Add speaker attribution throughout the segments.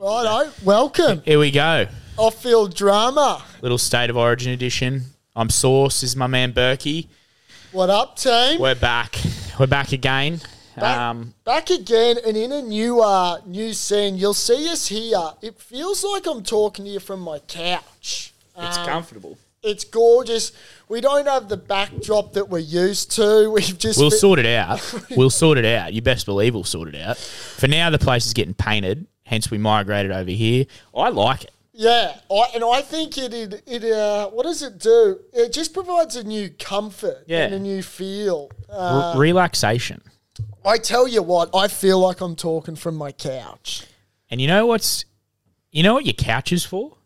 Speaker 1: Righto, welcome.
Speaker 2: Here we go.
Speaker 1: Off field drama.
Speaker 2: Little State of Origin edition. I'm Source. This is my man Berkey.
Speaker 1: What up, team?
Speaker 2: We're back. We're back again.
Speaker 1: Back,
Speaker 2: Um,
Speaker 1: back again and in a new uh, new scene. You'll see us here. It feels like I'm talking to you from my couch.
Speaker 2: it's comfortable.
Speaker 1: It's gorgeous. We don't have the backdrop that we're used to. We've just
Speaker 2: We'll
Speaker 1: been-
Speaker 2: sort it out. We'll sort it out. You best believe we'll sort it out. For now, the place is getting painted. Hence, we migrated over here. I like it.
Speaker 1: Yeah, I, and I think it it, it uh, what does it do? It just provides a new comfort
Speaker 2: Yeah.
Speaker 1: and a new feel. Uh,
Speaker 2: R- relaxation.
Speaker 1: I tell you what, I feel like I'm talking from my couch.
Speaker 2: And you know what's? You know what your couch is for?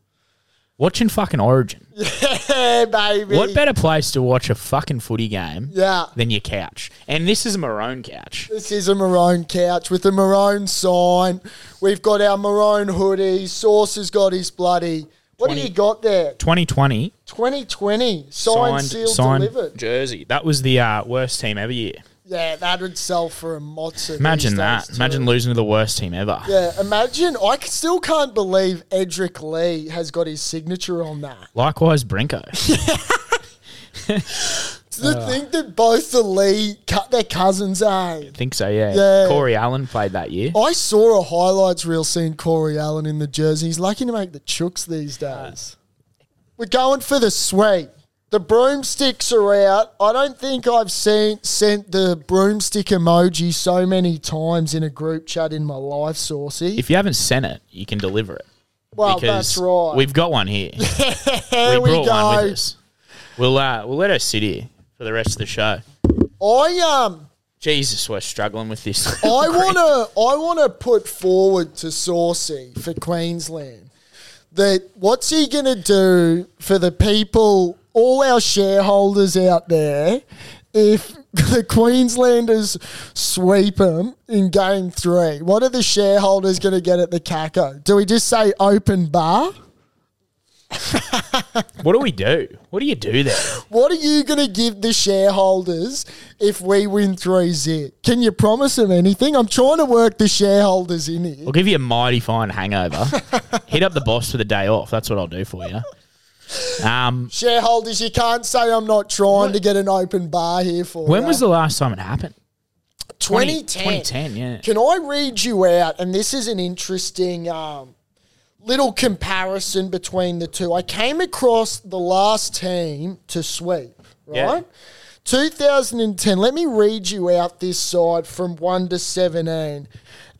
Speaker 2: Watching fucking Origin.
Speaker 1: Yeah, baby.
Speaker 2: What better place to watch a fucking footy game
Speaker 1: yeah,
Speaker 2: than your couch? And this is a maroon couch.
Speaker 1: this is a maroon couch with a maroon sign. We've got our maroon hoodie. Sauce has got his bloody. What have
Speaker 2: 20.
Speaker 1: you got there?
Speaker 2: 2020
Speaker 1: 2020 signed, sealed, delivered.
Speaker 2: jersey. That was the uh, worst team ever year.
Speaker 1: Yeah, that would sell for a mozza.
Speaker 2: Imagine
Speaker 1: these
Speaker 2: that.
Speaker 1: days too.
Speaker 2: Imagine losing to the worst team ever.
Speaker 1: Yeah, imagine. I c- still can't believe Edric Lee has got his signature on that.
Speaker 2: Likewise, Brinko.
Speaker 1: To think that both the Lee cut their cousins, eh?
Speaker 2: I think so, yeah.
Speaker 1: Yeah.
Speaker 2: Corey Allen played that year.
Speaker 1: I saw a highlights reel seeing Corey Allen in the jersey. He's lucky to make the chooks these days. We're going for the sweep. The broomsticks are out. I don't think I've seen sent the broomstick emoji so many times in a group chat in my life, Saucy.
Speaker 2: If you haven't sent it, you can deliver it.
Speaker 1: well,
Speaker 2: Because
Speaker 1: Oh, that's right.
Speaker 2: We've got one here.
Speaker 1: There
Speaker 2: we brought one with us. We'll, uh, we'll let her sit here for the rest of the show.
Speaker 1: I um
Speaker 2: Jesus, we're struggling with this.
Speaker 1: I want to I want to put forward to Saucy for Queensland that what's he going to do for the people, all our shareholders out there, if the Queenslanders sweep them in Game Three? What are the shareholders going to get at the Caco? Do we just say open bar?
Speaker 2: what do we do? What do you do there?
Speaker 1: What are you going to give the shareholders if we win three zip? Can you promise them anything? I'm trying to work the shareholders in here.
Speaker 2: I'll give you a mighty fine hangover. Hit up the boss for the day off. That's what I'll do for you. Um,
Speaker 1: Shareholders, you can't say I'm not trying to get an open bar here for
Speaker 2: when
Speaker 1: ya.
Speaker 2: was the last time it happened?
Speaker 1: 2010.
Speaker 2: 2010, yeah.
Speaker 1: Can I read you out? And this is an interesting um, little comparison between the two. I came across the last team to sweep,
Speaker 2: Yeah.
Speaker 1: right? 2010. Let me read you out this side from 1 to 17.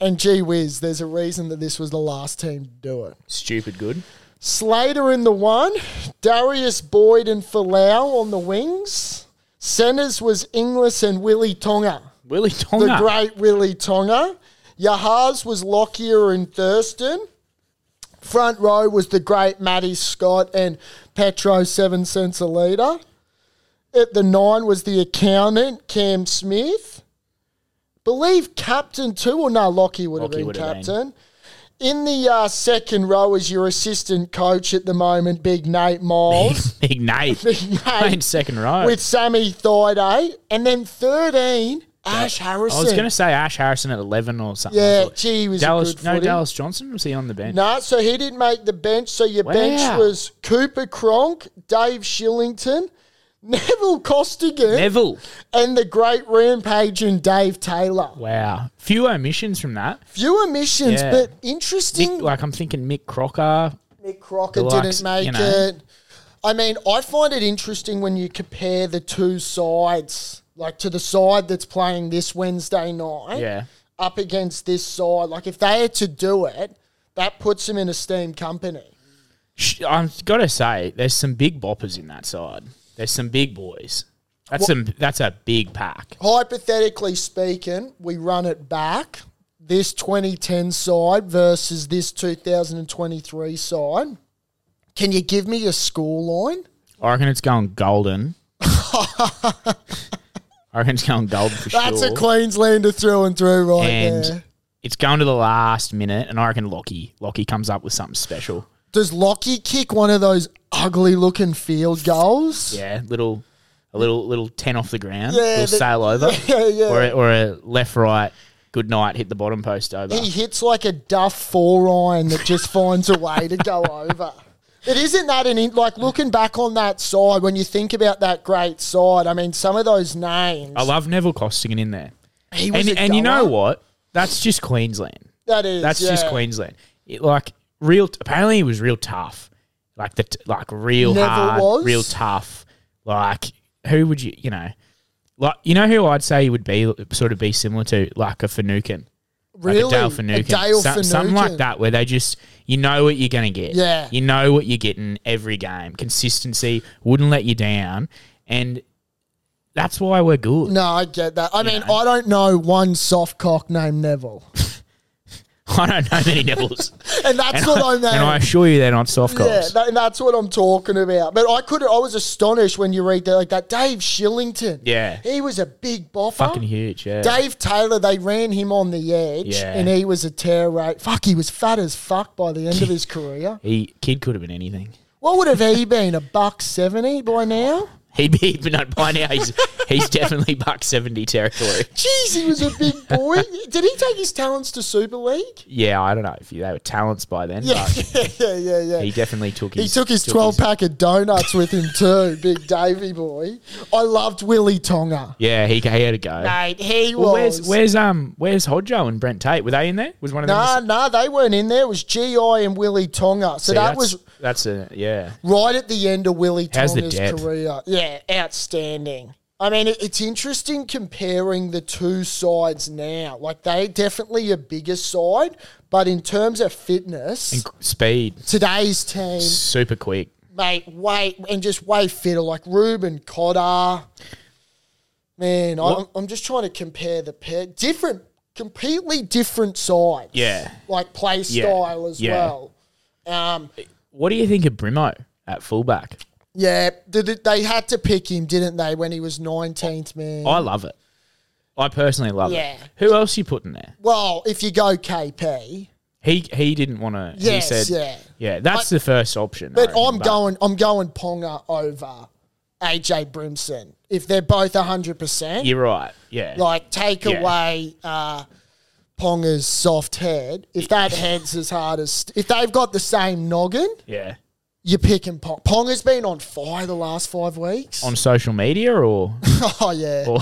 Speaker 1: And gee whiz, there's a reason that this was the last team to do it.
Speaker 2: Stupid good.
Speaker 1: Slater in the one, Darius Boyd and Falau on the wings. Centres was Inglis and Willie Tonga,
Speaker 2: Willie
Speaker 1: the
Speaker 2: Tonga.
Speaker 1: great Willie Tonga. Yahaz was Lockyer and Thurston. Front row was the great Matty Scott and Petro, seven cents a litre. At the nine was the accountant, Cam Smith. Believe captain too, or no, Lockie would
Speaker 2: Lockie
Speaker 1: have
Speaker 2: would
Speaker 1: been
Speaker 2: have been.
Speaker 1: captain. In the uh, second row is your assistant coach at the moment, Big Nate Miles.
Speaker 2: Ignite.
Speaker 1: Big
Speaker 2: Playing
Speaker 1: Nate
Speaker 2: second row.
Speaker 1: with Sammy Thaiday. And then 13, Ash
Speaker 2: I
Speaker 1: Harrison.
Speaker 2: was going to say Ash Harrison at 11 or something. I
Speaker 1: Yeah,
Speaker 2: thought.
Speaker 1: gee, he was a
Speaker 2: Dallas,
Speaker 1: good
Speaker 2: no,
Speaker 1: footy.
Speaker 2: Dallas Johnson? Was he on the bench?
Speaker 1: No, so he didn't make the bench. So your bench
Speaker 2: Wow.
Speaker 1: was Cooper Cronk, Dave Shillington, Neville Costigan,
Speaker 2: Neville.
Speaker 1: and the great Rampage and Dave Taylor.
Speaker 2: Wow. Few omissions from that.
Speaker 1: Few omissions,
Speaker 2: Yeah.
Speaker 1: but
Speaker 2: Nick,
Speaker 1: interesting.
Speaker 2: like, I'm thinking Mick Crocker.
Speaker 1: Nick Crocker
Speaker 2: Deluxe,
Speaker 1: didn't make
Speaker 2: you know.
Speaker 1: it. I mean, I find it interesting when you compare the two sides, like to the side that's playing this Wednesday night
Speaker 2: Yeah.
Speaker 1: up against this side. Like, if they had to do it, that puts them in esteemed company.
Speaker 2: Sh- I've got to say, there's some big boppers in that side. There's some big boys. That's some. That's a big pack.
Speaker 1: hypothetically speaking, we run it back this 2010 side versus this 2023 side. Can you give me a scoreline?
Speaker 2: I reckon it's going golden. I reckon it's going golden for
Speaker 1: That's
Speaker 2: sure.
Speaker 1: a Queenslander through and through right
Speaker 2: and
Speaker 1: there.
Speaker 2: it's going to the last minute, and I reckon Lockie Lockie comes up with something special.
Speaker 1: Does Lockie kick one of those ugly looking field goals?
Speaker 2: Yeah, little a little little ten off the ground,
Speaker 1: Yeah,
Speaker 2: little
Speaker 1: the-
Speaker 2: sail over,
Speaker 1: yeah, yeah.
Speaker 2: or a, or a left right Good night. Hit the bottom post over.
Speaker 1: He hits like a duff four iron that just finds a way to go over. It isn't that an in, like looking back on that side when you think about that great side. I mean, some of those names.
Speaker 2: I love Neville Costington in there.
Speaker 1: He was
Speaker 2: And,
Speaker 1: a
Speaker 2: and you know
Speaker 1: goer.
Speaker 2: what? That's just Queensland.
Speaker 1: That is.
Speaker 2: That's just
Speaker 1: yeah.
Speaker 2: Queensland. It, like real. Apparently, he was real tough. Like the t- like real
Speaker 1: Neville
Speaker 2: hard,
Speaker 1: was?
Speaker 2: real tough. Like who would you you know? Like you know who I'd say he would be sort of be similar to like a Finucane.
Speaker 1: Really?
Speaker 2: Like a Dale Finucane.
Speaker 1: A Dale
Speaker 2: So- Something like
Speaker 1: Finucane.
Speaker 2: that where they just, you know what you're going to get.
Speaker 1: Yeah.
Speaker 2: You know what you're getting every game. Consistency wouldn't let you down. And that's why we're good.
Speaker 1: No, I get that. I mean,
Speaker 2: know.
Speaker 1: I don't know one soft cock named Neville,
Speaker 2: I don't know many Nevilles.
Speaker 1: and that's
Speaker 2: and,
Speaker 1: what
Speaker 2: I,
Speaker 1: I mean.
Speaker 2: and I assure you they're not soft
Speaker 1: yeah,
Speaker 2: cops.
Speaker 1: that, and that's what I'm talking about. But I could, I was astonished when you read that, like that Dave Shillington.
Speaker 2: Yeah.
Speaker 1: he was a big boffer.
Speaker 2: Fucking huge. Yeah.
Speaker 1: Dave Taylor, they ran him on the edge,
Speaker 2: Yeah.
Speaker 1: and he was a tear rate. Fuck, he was fat as fuck by the end of his career.
Speaker 2: He kid could have been anything.
Speaker 1: What would have he been? A buck seventy by now?
Speaker 2: He'd be, but not by now. He's he's definitely buck seventy territory.
Speaker 1: Jeez, he was a big boy. Did he take his talents to Super League?
Speaker 2: Yeah, I don't know if they were talents by then.
Speaker 1: Yeah,
Speaker 2: but
Speaker 1: yeah, yeah, yeah. yeah.
Speaker 2: he definitely took.
Speaker 1: He
Speaker 2: his,
Speaker 1: took his 12 pack of donuts with him too, big Davy boy. I loved Willie Tonga.
Speaker 2: yeah, he, he had a go.
Speaker 1: Mate, he
Speaker 2: Well,
Speaker 1: was.
Speaker 2: where's where's um where's Hodjo and Brent Tate? Were they in there? Was one of them?
Speaker 1: nah, nah, they weren't in there. It was GI and Willie Tonga. So
Speaker 2: See,
Speaker 1: that
Speaker 2: that's,
Speaker 1: was
Speaker 2: that's a yeah.
Speaker 1: right at the end of Willie
Speaker 2: How's the
Speaker 1: Tonga's
Speaker 2: depth?
Speaker 1: career. Yeah, outstanding. I mean, it, it's interesting comparing the two sides now. Like, they definitely a bigger side, but in terms of fitness,
Speaker 2: Speed,
Speaker 1: today's team,
Speaker 2: super quick.
Speaker 1: mate, way and just way fitter, like Ruben Cotter. Man, I'm, I'm just trying to compare the pair. Different, completely different sides.
Speaker 2: Yeah.
Speaker 1: Like play
Speaker 2: Yeah.
Speaker 1: style as
Speaker 2: Yeah.
Speaker 1: well. Um,
Speaker 2: What do you think of Brimo at fullback?
Speaker 1: yeah, th- th- they had to pick him, didn't they, when he was 19th, man?
Speaker 2: I love it. I personally love
Speaker 1: Yeah.
Speaker 2: it. Who else you put in there?
Speaker 1: well, if you go KP,
Speaker 2: He he didn't want to.
Speaker 1: yes,
Speaker 2: he said,
Speaker 1: yeah.
Speaker 2: Yeah, that's the first option.
Speaker 1: But
Speaker 2: I reckon,
Speaker 1: I'm going, I'm going Ponga over AJ Brimson. If they're both 100%,
Speaker 2: You're right. Yeah.
Speaker 1: like take
Speaker 2: Yeah.
Speaker 1: away uh, Ponga's soft head. If that head's as hard as if they've got the same noggin,
Speaker 2: yeah.
Speaker 1: you're picking Pong. Ponga's been on fire the last five weeks.
Speaker 2: On social media or,
Speaker 1: oh yeah,
Speaker 2: or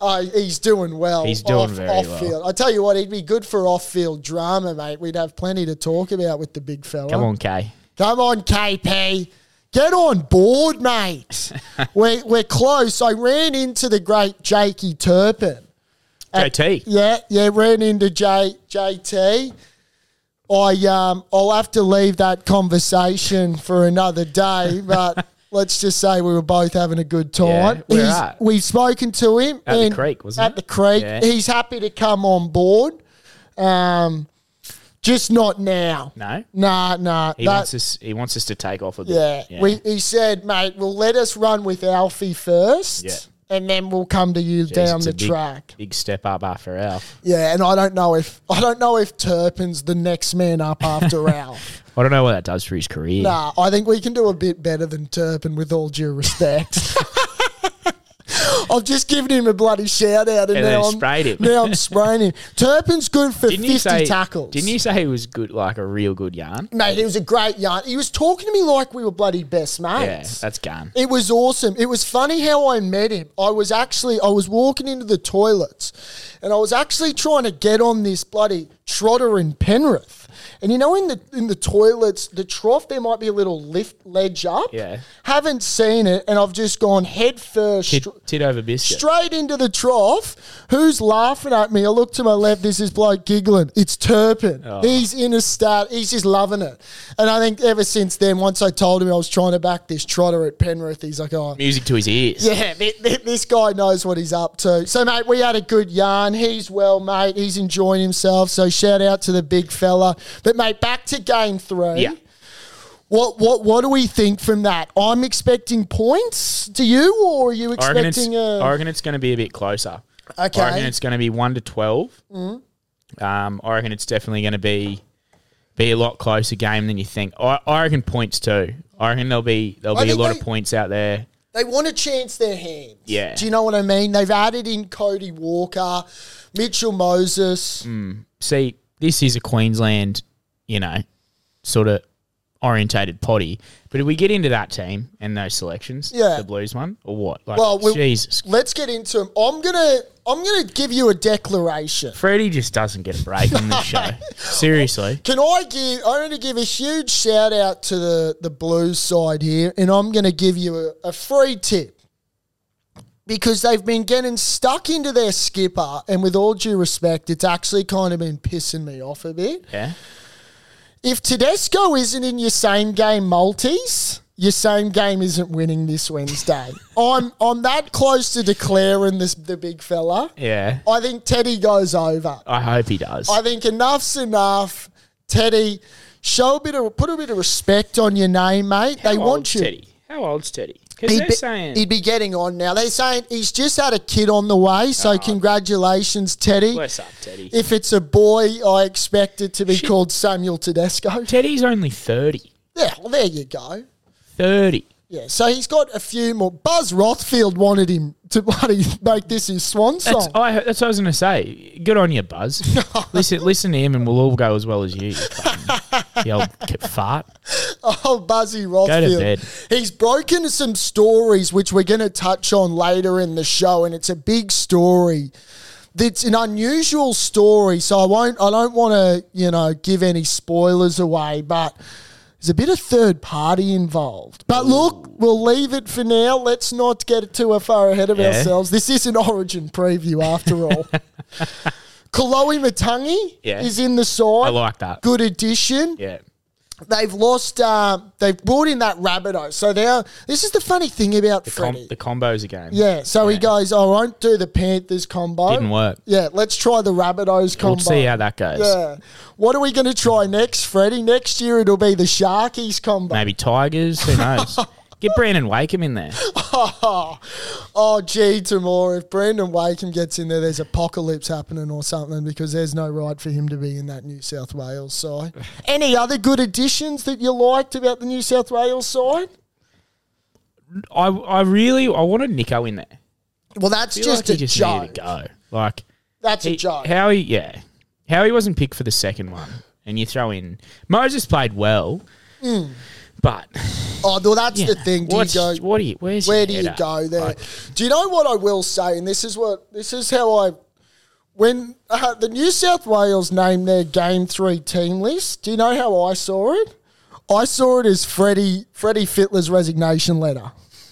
Speaker 1: Oh, he's doing well.
Speaker 2: He's doing
Speaker 1: off,
Speaker 2: very
Speaker 1: off
Speaker 2: well.
Speaker 1: Field. I tell you what, he'd be good for off field drama, mate. We'd have plenty to talk about with the big fella.
Speaker 2: come on, Kay.
Speaker 1: Come on, KP. Get on board, mate. we're, we're close. I ran into the great Jakey Turpin. Uh,
Speaker 2: JT.
Speaker 1: Yeah, yeah, ran into J JT. I um I'll have to leave that conversation for another day, but let's just say we were both having a good time.
Speaker 2: Yeah, we're
Speaker 1: He's-
Speaker 2: right.
Speaker 1: We've spoken to him
Speaker 2: At the
Speaker 1: and-
Speaker 2: creek, wasn't
Speaker 1: at
Speaker 2: it?
Speaker 1: the creek.
Speaker 2: Yeah.
Speaker 1: He's happy to come on board. Um just not now.
Speaker 2: No.
Speaker 1: Nah, nah.
Speaker 2: He
Speaker 1: that-
Speaker 2: wants us. He wants us to take off a bit.
Speaker 1: yeah. We, he said, mate, well, let us run with Alfie first,
Speaker 2: Yeah.
Speaker 1: and then we'll come to you
Speaker 2: It's-
Speaker 1: down
Speaker 2: it's
Speaker 1: the
Speaker 2: a big-
Speaker 1: track.
Speaker 2: Big step up after Alf.
Speaker 1: Yeah, and I don't know if I don't know if Turpin's the next man up after Ralph.
Speaker 2: I don't know what that does for his career.
Speaker 1: Nah, I think we can do a bit better than Turpin with all due respect. I've just given him a bloody shout out and,
Speaker 2: And then
Speaker 1: now, I'm,
Speaker 2: sprayed him.
Speaker 1: now I'm spraying him. Turpin's good for
Speaker 2: Didn't
Speaker 1: 50
Speaker 2: you say
Speaker 1: tackles.
Speaker 2: Didn't you say he was good, like a real good yarn?
Speaker 1: Mate, he was a great yarn. He was talking to me like we were bloody best
Speaker 2: Yeah,
Speaker 1: mates.
Speaker 2: that's gone.
Speaker 1: It was awesome. It was funny how I met him. I was actually I was walking into the toilets, and I was actually trying to get on this bloody trotter in Penrith. And you know, in the in the toilets, the trough there might be a little lift ledge up.
Speaker 2: Yeah.
Speaker 1: haven't seen it, and I've just gone head first.
Speaker 2: Tit,
Speaker 1: str-
Speaker 2: tit over biscuit.
Speaker 1: Straight into the trough. Who's laughing at me? I look to my left. There's this bloke giggling. It's Turpin. He's in a start. He's just loving it. And I think ever since then, once I told him I was trying to back this trotter at Penrith, he's like, oh,
Speaker 2: Music to his ears.
Speaker 1: yeah, thi- thi- this guy knows what he's up to. So, mate, we had a good yarn. He's well, mate. He's enjoying himself. So, shout out to the big fella. But, mate, back to game three.
Speaker 2: Yeah.
Speaker 1: What, what, what do we think from that? I'm expecting points. Do you, or are you
Speaker 2: I reckon it's.
Speaker 1: expecting a.
Speaker 2: I reckon it's going to be a bit closer. I reckon
Speaker 1: Okay. Mm.
Speaker 2: it's going to be one to twelve. Um, I reckon it's definitely going to be be a lot closer game than you think. I, I reckon points too. I reckon there'll be there'll
Speaker 1: I
Speaker 2: be a
Speaker 1: think
Speaker 2: lot
Speaker 1: they-
Speaker 2: of points out there.
Speaker 1: They want to chance their hand.
Speaker 2: Yeah.
Speaker 1: Do you know what I mean? They've added in Cody Walker, Mitchell Moses.
Speaker 2: see, this is a Queensland, you know, sort of orientated potty. But if we get into that team and those selections,
Speaker 1: Yeah.
Speaker 2: the Blues one or what? Like,
Speaker 1: Well, we-
Speaker 2: Jesus,
Speaker 1: Let's get into them. I'm gonna I'm gonna give you a declaration.
Speaker 2: Freddie just doesn't get a break on this show. Seriously,
Speaker 1: Can I give? I want to give a huge shout out to the the Blues side here, and I'm going to give you a, a free tip because they've been getting stuck into their skipper, and with all due respect, it's actually kind of been pissing me off a bit.
Speaker 2: yeah.
Speaker 1: If Tedesco isn't in your same game multis, your same game isn't winning this Wednesday. I'm I'm that close to declaring this the big fella.
Speaker 2: Yeah.
Speaker 1: I think Teddy goes over.
Speaker 2: I hope he does.
Speaker 1: I think enough's enough. Teddy, show a bit of put a bit of respect on your name, mate. they want you.
Speaker 2: Teddy. How old's Teddy? Because
Speaker 1: He'd
Speaker 2: they're
Speaker 1: be,
Speaker 2: saying
Speaker 1: he'd be getting on now. They're saying he's just had a kid on the way, so congratulations, Teddy.
Speaker 2: Ah. bless up, Teddy.
Speaker 1: If it's a boy, I expect it to be called Samuel Tedesco.
Speaker 2: Teddy's only 30.
Speaker 1: Yeah, well, there you go.
Speaker 2: 30.
Speaker 1: Yeah, so he's got a few more. Buzz Rothfield wanted him to bloody make this his swan
Speaker 2: That's,
Speaker 1: song.
Speaker 2: I, that's what I was going to say. Good on you, Buzz. listen, listen to him, and we'll all go as well as you. You, fucking- you old k- fart.
Speaker 1: Oh, Buzzy Rothfield.
Speaker 2: bed.
Speaker 1: He's broken some stories, which we're going to touch on later in the show, and it's a big story. It's an unusual story, so I won't. I don't want to, you know, give any spoilers away, but there's a bit of third party involved. But look, we'll leave it for now. Let's not get too far ahead of
Speaker 2: Yeah.
Speaker 1: ourselves. This is an Origin preview, after all. Chloe Matangi
Speaker 2: Yeah.
Speaker 1: is in the
Speaker 2: I
Speaker 1: side.
Speaker 2: like that.
Speaker 1: Good addition
Speaker 2: Yeah.
Speaker 1: they've lost. Uh, they've brought in that Rabbitoh. So now this is the funny thing about
Speaker 2: Com-
Speaker 1: Freddie.
Speaker 2: the combos again.
Speaker 1: yeah. So he goes, "Oh, I won't do the Panthers combo.
Speaker 2: Didn't work.
Speaker 1: Yeah. Let's try the Rabbitohs combo.
Speaker 2: We'll see how that goes.
Speaker 1: yeah. What are we going to try next, Freddie? Next year it'll be the Sharkies combo.
Speaker 2: Maybe Tigers. Who knows? Get Brandon Wakeham in there.
Speaker 1: Oh, gee, tomorrow if Brandon Wakem gets in there, there's apocalypse happening or something because there's no right for him to be in that New South Wales side. Any other good additions that you liked about the New South Wales side?
Speaker 2: I, I really I wanted Nico in there.
Speaker 1: Well, that's
Speaker 2: I feel
Speaker 1: just
Speaker 2: like
Speaker 1: a
Speaker 2: he just
Speaker 1: joke.
Speaker 2: needed to go. Like
Speaker 1: That's a
Speaker 2: he,
Speaker 1: joke.
Speaker 2: how he yeah how he wasn't picked for the second one, and you throw in Moses played well, but
Speaker 1: Oh, well, that's
Speaker 2: you
Speaker 1: the
Speaker 2: know,
Speaker 1: thing. Do you
Speaker 2: what's-
Speaker 1: go?
Speaker 2: what do you where's your
Speaker 1: Where do
Speaker 2: head
Speaker 1: you
Speaker 2: at?
Speaker 1: go there?
Speaker 2: Like,
Speaker 1: do you know what I will say? And this is what this is how I when uh, the New South Wales named their game three team list. Do you know how I saw it? I saw it as Freddie Freddie Fitler's resignation letter.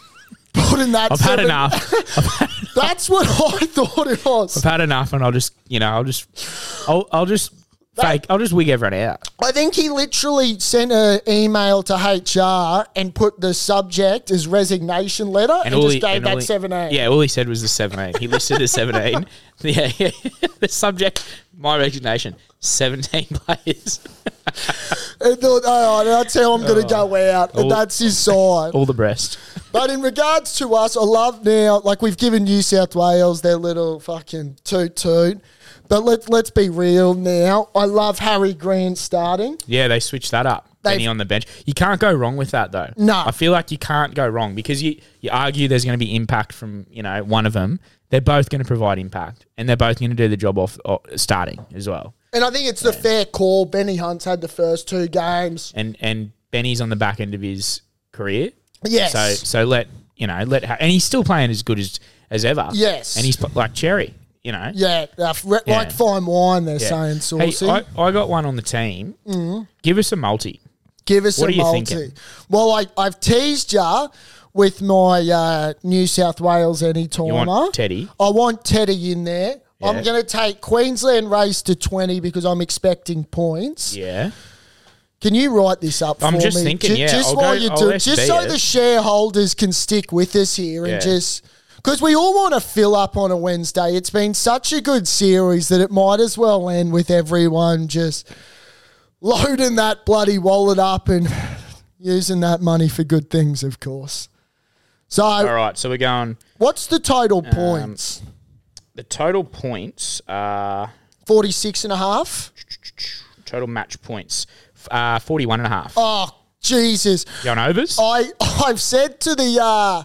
Speaker 1: Put in that.
Speaker 2: I've had
Speaker 1: seven-
Speaker 2: enough.
Speaker 1: That's what I thought it was.
Speaker 2: I've had enough, and I'll just you know I'll just I'll I'll just fake I'll just wig everyone out.
Speaker 1: I think he literally sent an email to HR and put the subject as resignation letter and,
Speaker 2: all
Speaker 1: just
Speaker 2: he-
Speaker 1: gave
Speaker 2: and all
Speaker 1: that
Speaker 2: he-
Speaker 1: seventeen.
Speaker 2: Yeah, all he said was the seventeen. He listed the seventeen. Yeah, yeah. the subject, my resignation, seventeen players.
Speaker 1: And thought, all right, that's how I'm going to go out. And
Speaker 2: All- Oh.
Speaker 1: that's his side.
Speaker 2: All the breast.
Speaker 1: But in regards to us, I love now, like we've given New South Wales their little fucking toot toot. But let, let's be real now. I love Harry Grant starting.
Speaker 2: Yeah, they switched that up.
Speaker 1: They've-
Speaker 2: Benny on the bench. You can't go wrong with that though.
Speaker 1: No.
Speaker 2: I feel like you can't go wrong because you, you argue there's going to be impact from you know one of them. They're both going to provide impact, and they're both going to do the job off o starting as well.
Speaker 1: And I think it's the fair call. Benny Hunt's had the first two games.
Speaker 2: And and Benny's on the back end of his career.
Speaker 1: Yes.
Speaker 2: So so let you know let ha- and he's still playing as good as as ever.
Speaker 1: Yes.
Speaker 2: And he's pl- like Cherry. You know.
Speaker 1: yeah, uh, re-
Speaker 2: Yeah.
Speaker 1: like fine wine, they're
Speaker 2: Yeah.
Speaker 1: saying, saucy.
Speaker 2: Hey, I, I got one on the team.
Speaker 1: Mm.
Speaker 2: Give us a multi.
Speaker 1: Give us
Speaker 2: What
Speaker 1: a
Speaker 2: are you
Speaker 1: multi.
Speaker 2: thinking?
Speaker 1: Well, I, I've teased ya with my uh, New South Wales anytimer.
Speaker 2: You want Teddy?
Speaker 1: I want Teddy in there.
Speaker 2: Yeah.
Speaker 1: I'm going to take Queensland race to 20 because I'm expecting points.
Speaker 2: Yeah.
Speaker 1: Can you write this up
Speaker 2: I'm
Speaker 1: for
Speaker 2: just
Speaker 1: me?
Speaker 2: thinking,
Speaker 1: Ju-
Speaker 2: yeah,
Speaker 1: just
Speaker 2: I'll
Speaker 1: while
Speaker 2: go-
Speaker 1: you
Speaker 2: I'll
Speaker 1: do it,
Speaker 2: SB
Speaker 1: just so
Speaker 2: it.
Speaker 1: the shareholders can stick with us here
Speaker 2: Yeah.
Speaker 1: and just because we all want to fill up on a Wednesday. It's been such a good series that it might as well end with everyone just loading that bloody wallet up and using that money for good things, of course. So,
Speaker 2: All right. Um, So we're going.
Speaker 1: what's the total points?
Speaker 2: The total points are
Speaker 1: 46 and a half?
Speaker 2: total match points f- uh, 41 and a half.
Speaker 1: Oh, Jesus.
Speaker 2: You on overs?
Speaker 1: I I've said to the uh,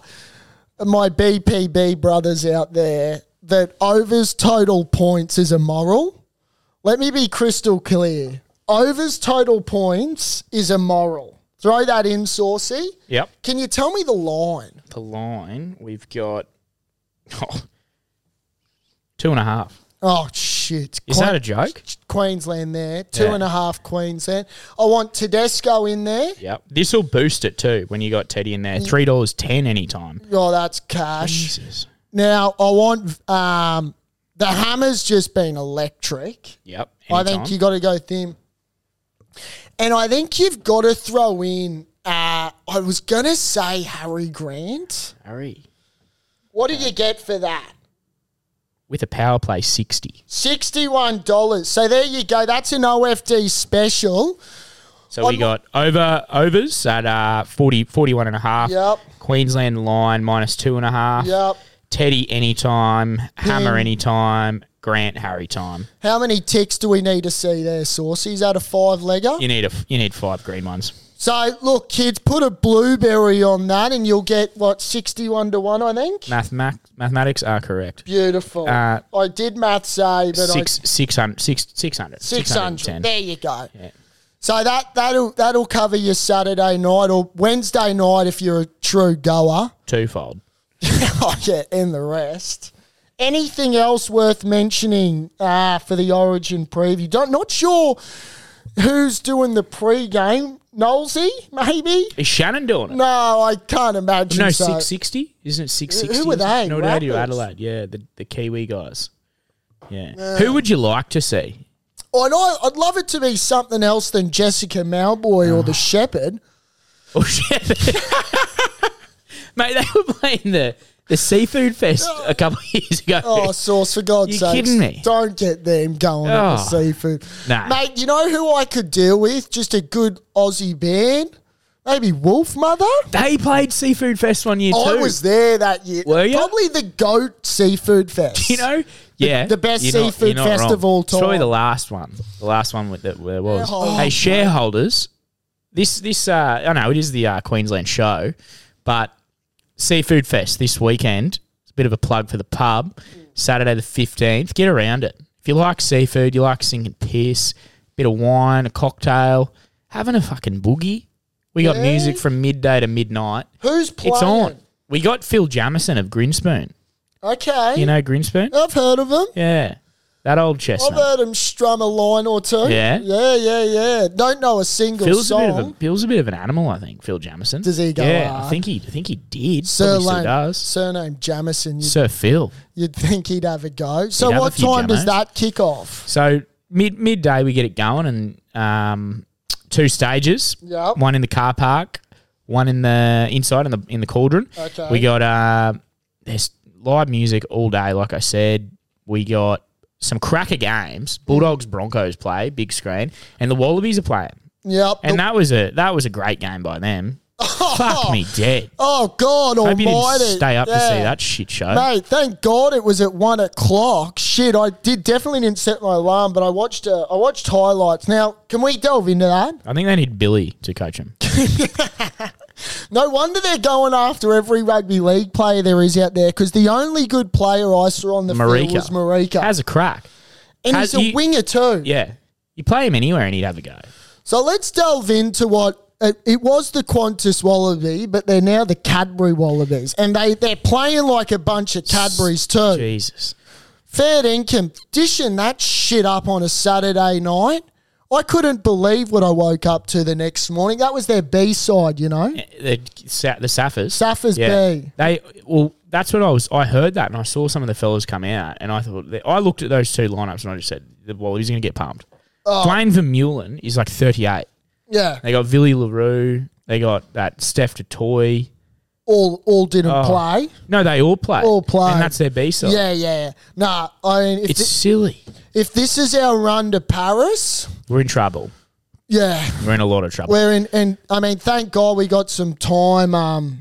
Speaker 1: my BPB brothers out there that overs total points is immoral. Let me be crystal clear. Overs total points is immoral. Throw that in, Saucy.
Speaker 2: Yep.
Speaker 1: Can you tell me the line?
Speaker 2: The line we've got oh, two and a half.
Speaker 1: Oh, shit.
Speaker 2: Is
Speaker 1: Quite-
Speaker 2: that a joke?
Speaker 1: Queensland there, two
Speaker 2: Yeah.
Speaker 1: and a half Queensland. I want Tedesco in there.
Speaker 2: Yep. This will boost it too when you got Teddy in there. Three dollars ten anytime.
Speaker 1: Oh, that's cash.
Speaker 2: Jesus.
Speaker 1: Now I want um, the hammer's just been electric.
Speaker 2: Yep.
Speaker 1: I think you got to go thin, and I think you've got to throw in. Uh, I was gonna say Harry Grant.
Speaker 2: Harry
Speaker 1: What did you get for that?
Speaker 2: with a power play sixty.
Speaker 1: Sixty-one dollars. So there you go. That's an OFD special.
Speaker 2: So we got over overs at uh 40, 41 and a half.
Speaker 1: Yep.
Speaker 2: Queensland line minus two and a half.
Speaker 1: Yep.
Speaker 2: Teddy anytime. Hammer
Speaker 1: Hmm.
Speaker 2: anytime. Grant Harry time.
Speaker 1: How many ticks do we need to see there, Saucy? Is that a five legger?
Speaker 2: You need a you need five green ones.
Speaker 1: So look, kids, put a blueberry on that, and you'll get what sixty-one to one, I think.
Speaker 2: Math, math mathematics are correct.
Speaker 1: Beautiful.
Speaker 2: Uh,
Speaker 1: I did maths A, but
Speaker 2: Six six hundred six six
Speaker 1: I
Speaker 2: hundred.
Speaker 1: six
Speaker 2: 610.
Speaker 1: hundred. There you go. So that that'll that'll cover your Saturday night or Wednesday night if you're a true goer.
Speaker 2: Twofold.
Speaker 1: oh yeah, and the rest. Anything else worth mentioning uh, for the Origin preview? Don't not sure who's doing the pre-game. Nolsey, maybe?
Speaker 2: Is Shannon doing it?
Speaker 1: No, I can't imagine.
Speaker 2: No,
Speaker 1: so.
Speaker 2: six sixty, isn't it? Six sixty.
Speaker 1: were they?
Speaker 2: No, they do
Speaker 1: Rapids?
Speaker 2: Adelaide. Yeah, the, the Kiwi guys. Yeah.
Speaker 1: Uh.
Speaker 2: Who would you like to see?
Speaker 1: Oh, and I, I'd love it to be something else than Jessica Malboy
Speaker 2: Ah.
Speaker 1: or the Shepherd.
Speaker 2: Oh shit, mate! They were playing the the seafood fest a couple of years ago.
Speaker 1: Oh, sauce for God's
Speaker 2: You're
Speaker 1: sake!
Speaker 2: kidding me.
Speaker 1: Don't get them going on the
Speaker 2: Oh.
Speaker 1: seafood,
Speaker 2: Nah.
Speaker 1: mate. You know who I could deal with? Just a good Aussie band, maybe Wolf Mother.
Speaker 2: They played seafood fest one year
Speaker 1: I
Speaker 2: too.
Speaker 1: was there that year.
Speaker 2: Were ya?
Speaker 1: Probably the goat seafood fest.
Speaker 2: you know, yeah,
Speaker 1: the best
Speaker 2: you're not-
Speaker 1: seafood
Speaker 2: you're not
Speaker 1: fest
Speaker 2: wrong.
Speaker 1: of all
Speaker 2: It's probably
Speaker 1: time.
Speaker 2: the last one. The last one with that there was.
Speaker 1: Oh,
Speaker 2: hey, shareholders, this this uh, I know it is the uh, Queensland show, but seafood fest this weekend. It's a bit of a plug for the pub. Saturday the fifteenth. Get around it. If you like seafood, you like sinking piss, bit of wine, a cocktail, having a fucking boogie. We got
Speaker 1: Yeah.
Speaker 2: music from midday to midnight.
Speaker 1: who's playing?
Speaker 2: It's on. We got Phil Jamison of Grinspoon.
Speaker 1: Okay,
Speaker 2: You know Grinspoon?
Speaker 1: I've heard of him.
Speaker 2: Yeah. That old
Speaker 1: I've
Speaker 2: chestnut.
Speaker 1: heard him strum a line or two.
Speaker 2: Yeah?
Speaker 1: yeah, yeah, yeah. Don't know a single
Speaker 2: Phil's a,
Speaker 1: song.
Speaker 2: bit of a, Phil's a bit of an animal, I think, Phil Jamison.
Speaker 1: Does he go
Speaker 2: Yeah, I
Speaker 1: hard?
Speaker 2: think he I think he did. Probably still
Speaker 1: Surname,
Speaker 2: does.
Speaker 1: surname Jamison. You
Speaker 2: Sir Phil.
Speaker 1: You'd think he'd have a go. So
Speaker 2: He'd have a
Speaker 1: what
Speaker 2: few
Speaker 1: time does
Speaker 2: Jamos.
Speaker 1: that kick off?
Speaker 2: So mid midday we get it going and um, two stages.
Speaker 1: Yep.
Speaker 2: One in the car park, one in the inside in the in the cauldron.
Speaker 1: Okay.
Speaker 2: We got uh, there's live music all day, like I said. We got some cracker games. Bulldogs Broncos play, big screen, and the Wallabies are playing.
Speaker 1: Yep.
Speaker 2: And that was a that was a great game by them. Fuck me dead.
Speaker 1: oh God
Speaker 2: Hope you didn't
Speaker 1: Almighty!
Speaker 2: stay up to see
Speaker 1: Yeah.
Speaker 2: that shit show.
Speaker 1: Mate, thank God it was at one o'clock. Shit, I did definitely didn't set my alarm, but I watched. Uh, I watched highlights. Now, can we delve into that?
Speaker 2: I think they need Billy to coach him.
Speaker 1: No wonder they're going after every rugby league player there is out there because the only good player I saw on the
Speaker 2: Marika
Speaker 1: field was Marika,
Speaker 2: has a crack.
Speaker 1: and
Speaker 2: has-
Speaker 1: he's a
Speaker 2: you-
Speaker 1: winger too.
Speaker 2: Yeah, you play him anywhere and he'd have a go.
Speaker 1: So let's delve into what it, it was the Qantas Wallaby, but they're now the Cadbury Wallabies, and they they're playing like a bunch of Cadburys too.
Speaker 2: Jesus.
Speaker 1: Fair income, dishing that shit up on a Saturday night. I couldn't believe what I woke up to the next morning. That was their B side, you know.
Speaker 2: The, Sa- the Saffers.
Speaker 1: Saffers B.
Speaker 2: They well, that's what I was. I heard that and I saw some of the fellas come out and I thought that- I looked at those two lineups and I just said, "Well, he's going to get pumped."
Speaker 1: Oh.
Speaker 2: Dwayne Vermeulen is like 38.
Speaker 1: Yeah,
Speaker 2: They got Villy Larue. They got that Steph Detoy.
Speaker 1: all all didn't play.
Speaker 2: No, they all play.
Speaker 1: All play.
Speaker 2: And that's their B side.
Speaker 1: Yeah, yeah. Nah, I mean, if,
Speaker 2: It's
Speaker 1: thi-
Speaker 2: silly.
Speaker 1: if this is our run to Paris,
Speaker 2: We're in trouble.
Speaker 1: yeah,
Speaker 2: We're in a lot of trouble.
Speaker 1: We're in, and I mean, thank God we got some time um,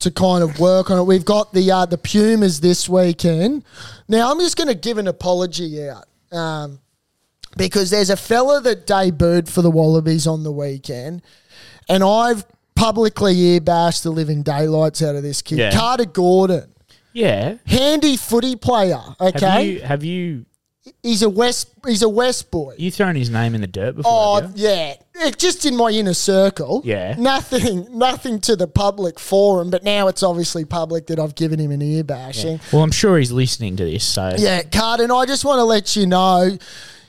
Speaker 1: to kind of work on it. We've got the uh, the Pumas this weekend. Now I'm just going to give an apology out um, because there's a fella that debuted for the Wallabies on the weekend, and I've publicly ear bashed the living daylights out of this kid.
Speaker 2: Yeah.
Speaker 1: Carter Gordon,
Speaker 2: Yeah.
Speaker 1: handy footy player.
Speaker 2: Have
Speaker 1: Okay,
Speaker 2: you have you
Speaker 1: he's a West. He's a West boy.
Speaker 2: you thrown his name in the dirt before?
Speaker 1: Oh
Speaker 2: have you?
Speaker 1: yeah, it, just in my inner circle.
Speaker 2: Yeah.
Speaker 1: nothing, nothing to the public forum. But now it's obviously public that I've given him an ear bashing.
Speaker 2: Well, I'm sure he's listening to this, so
Speaker 1: Yeah, Carden, I just want to let you know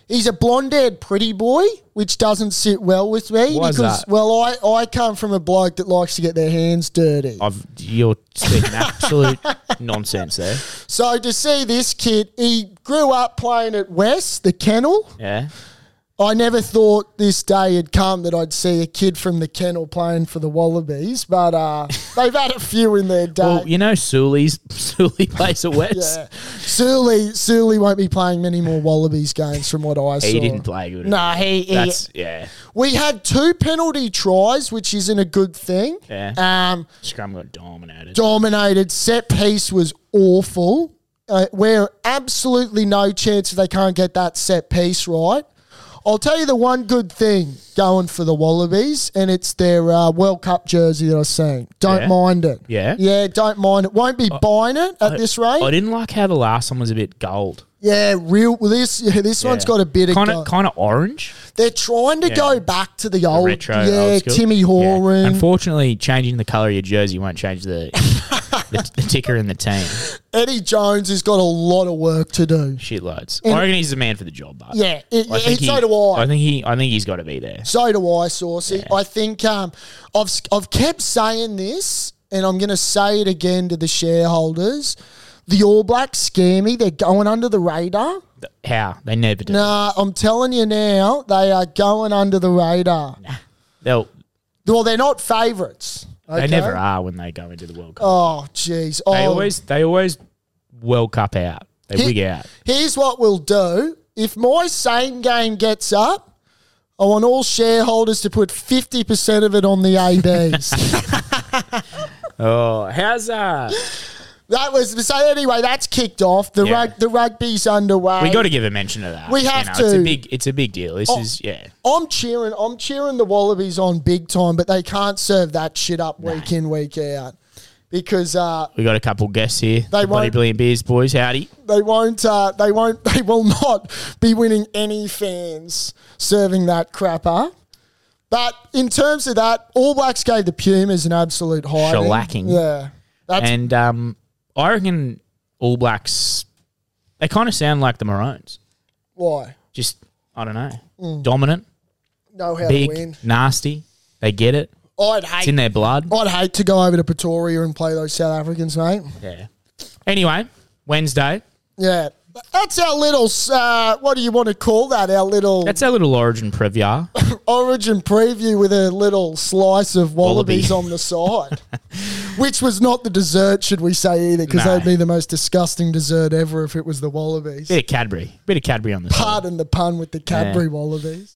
Speaker 1: he's a blonde haired pretty boy, which doesn't sit well with me.
Speaker 2: Why is
Speaker 1: because,
Speaker 2: that?
Speaker 1: well, I, I come from a bloke that likes to get their hands dirty.
Speaker 2: I've you're speaking absolute nonsense there.
Speaker 1: So to see this kid, he grew up playing at West, the kennel.
Speaker 2: Yeah.
Speaker 1: I never thought this day had come that I'd see a kid from the kennel playing for the Wallabies, but uh, they've had a few in their day.
Speaker 2: Well, you know Sully's Sully plays at West.
Speaker 1: yeah. Surely, Surely won't be playing many more Wallabies games from what I saw.
Speaker 2: He didn't play good.
Speaker 1: No, he, he
Speaker 2: That's yeah.
Speaker 1: We had two penalty tries, which isn't a good thing.
Speaker 2: Yeah.
Speaker 1: Um,
Speaker 2: Scrum got dominated.
Speaker 1: dominated. Set piece was awful. Uh, we're absolutely no chance if they can't get that set piece right. I'll tell you the one good thing going for the Wallabies, and it's their uh, World Cup jersey that I've seen. Don't
Speaker 2: Yeah.
Speaker 1: mind it.
Speaker 2: Yeah.
Speaker 1: Yeah, don't mind it. Won't be buying it at this rate.
Speaker 2: I didn't like how the last one was a bit gold.
Speaker 1: yeah, real. Well, this yeah, this one's got a bit of.
Speaker 2: kind
Speaker 1: go-
Speaker 2: of kind of orange,
Speaker 1: They're trying to go back to the old.
Speaker 2: retro,
Speaker 1: Oh, yeah,
Speaker 2: old school.
Speaker 1: Timmy
Speaker 2: Yeah.
Speaker 1: Horan.
Speaker 2: Unfortunately, changing the color of your jersey won't change the the, the ticker and the team.
Speaker 1: Eddie Jones has got a lot of work to do.
Speaker 2: Shitloads. I reckon he's the man for the job, but
Speaker 1: Yeah, it,
Speaker 2: I
Speaker 1: it,
Speaker 2: think
Speaker 1: so
Speaker 2: he-
Speaker 1: do I.
Speaker 2: I think he. I think he's got to be there.
Speaker 1: so do I, Saucy. I think um, I've s- I've kept saying this, and I'm going to say it again to the shareholders. The All Blacks scare me. They're going under the radar.
Speaker 2: How they never do.
Speaker 1: Nah, I'm telling you now, they are going under the radar.
Speaker 2: They'll,
Speaker 1: Well, they're not favourites.
Speaker 2: They
Speaker 1: okay?
Speaker 2: never are when they go into the World Cup.
Speaker 1: Oh, jeez.
Speaker 2: They
Speaker 1: Oh,
Speaker 2: always. They always World Cup out. They
Speaker 1: He-
Speaker 2: wig out.
Speaker 1: Here's what we'll do. If my same game gets up, I want all shareholders to put 50% of it on the ABs.
Speaker 2: Oh, how's uh?
Speaker 1: that was so anyway, that's kicked off. The
Speaker 2: Yeah.
Speaker 1: rug, the rugby's underway.
Speaker 2: We got to give a mention to that.
Speaker 1: We have
Speaker 2: It's
Speaker 1: to. Oh.
Speaker 2: a big. It's a big deal. This is yeah.
Speaker 1: I'm cheering I'm cheering the Wallabies on big time, but they can't serve that shit up week in, week out. Because uh,
Speaker 2: We got a couple guests
Speaker 1: They
Speaker 2: here. The Bloody
Speaker 1: won't-
Speaker 2: brilliant beers, boys. Howdy.
Speaker 1: they won't uh, they won't they will not be winning any fans serving that crapper. But in terms of that, All Blacks gave the Pumas an absolute high.
Speaker 2: Shellacking.
Speaker 1: Yeah. That's
Speaker 2: and um, I reckon All Blacks. They kind of sound like the Maroons.
Speaker 1: why.
Speaker 2: Just I don't know.
Speaker 1: Mm.
Speaker 2: Dominant,
Speaker 1: Know how
Speaker 2: big,
Speaker 1: to win.
Speaker 2: nasty. They get it.
Speaker 1: I'd
Speaker 2: It's in
Speaker 1: hate
Speaker 2: their blood.
Speaker 1: I'd hate to go over to Pretoria and play those South Africans, mate.
Speaker 2: Yeah. Anyway, Wednesday.
Speaker 1: Yeah. But That's our little, uh, what do you want to call that? Our little
Speaker 2: That's our little Origin preview.
Speaker 1: origin preview with a little slice of wallabies
Speaker 2: Wallaby.
Speaker 1: on the side, which was not the dessert, should we say either, because
Speaker 2: No.
Speaker 1: that'd be the most disgusting dessert ever if it was the wallabies.
Speaker 2: Bit of Cadbury. Bit of Cadbury on the side.
Speaker 1: Pardon the pun with the Cadbury wallabies.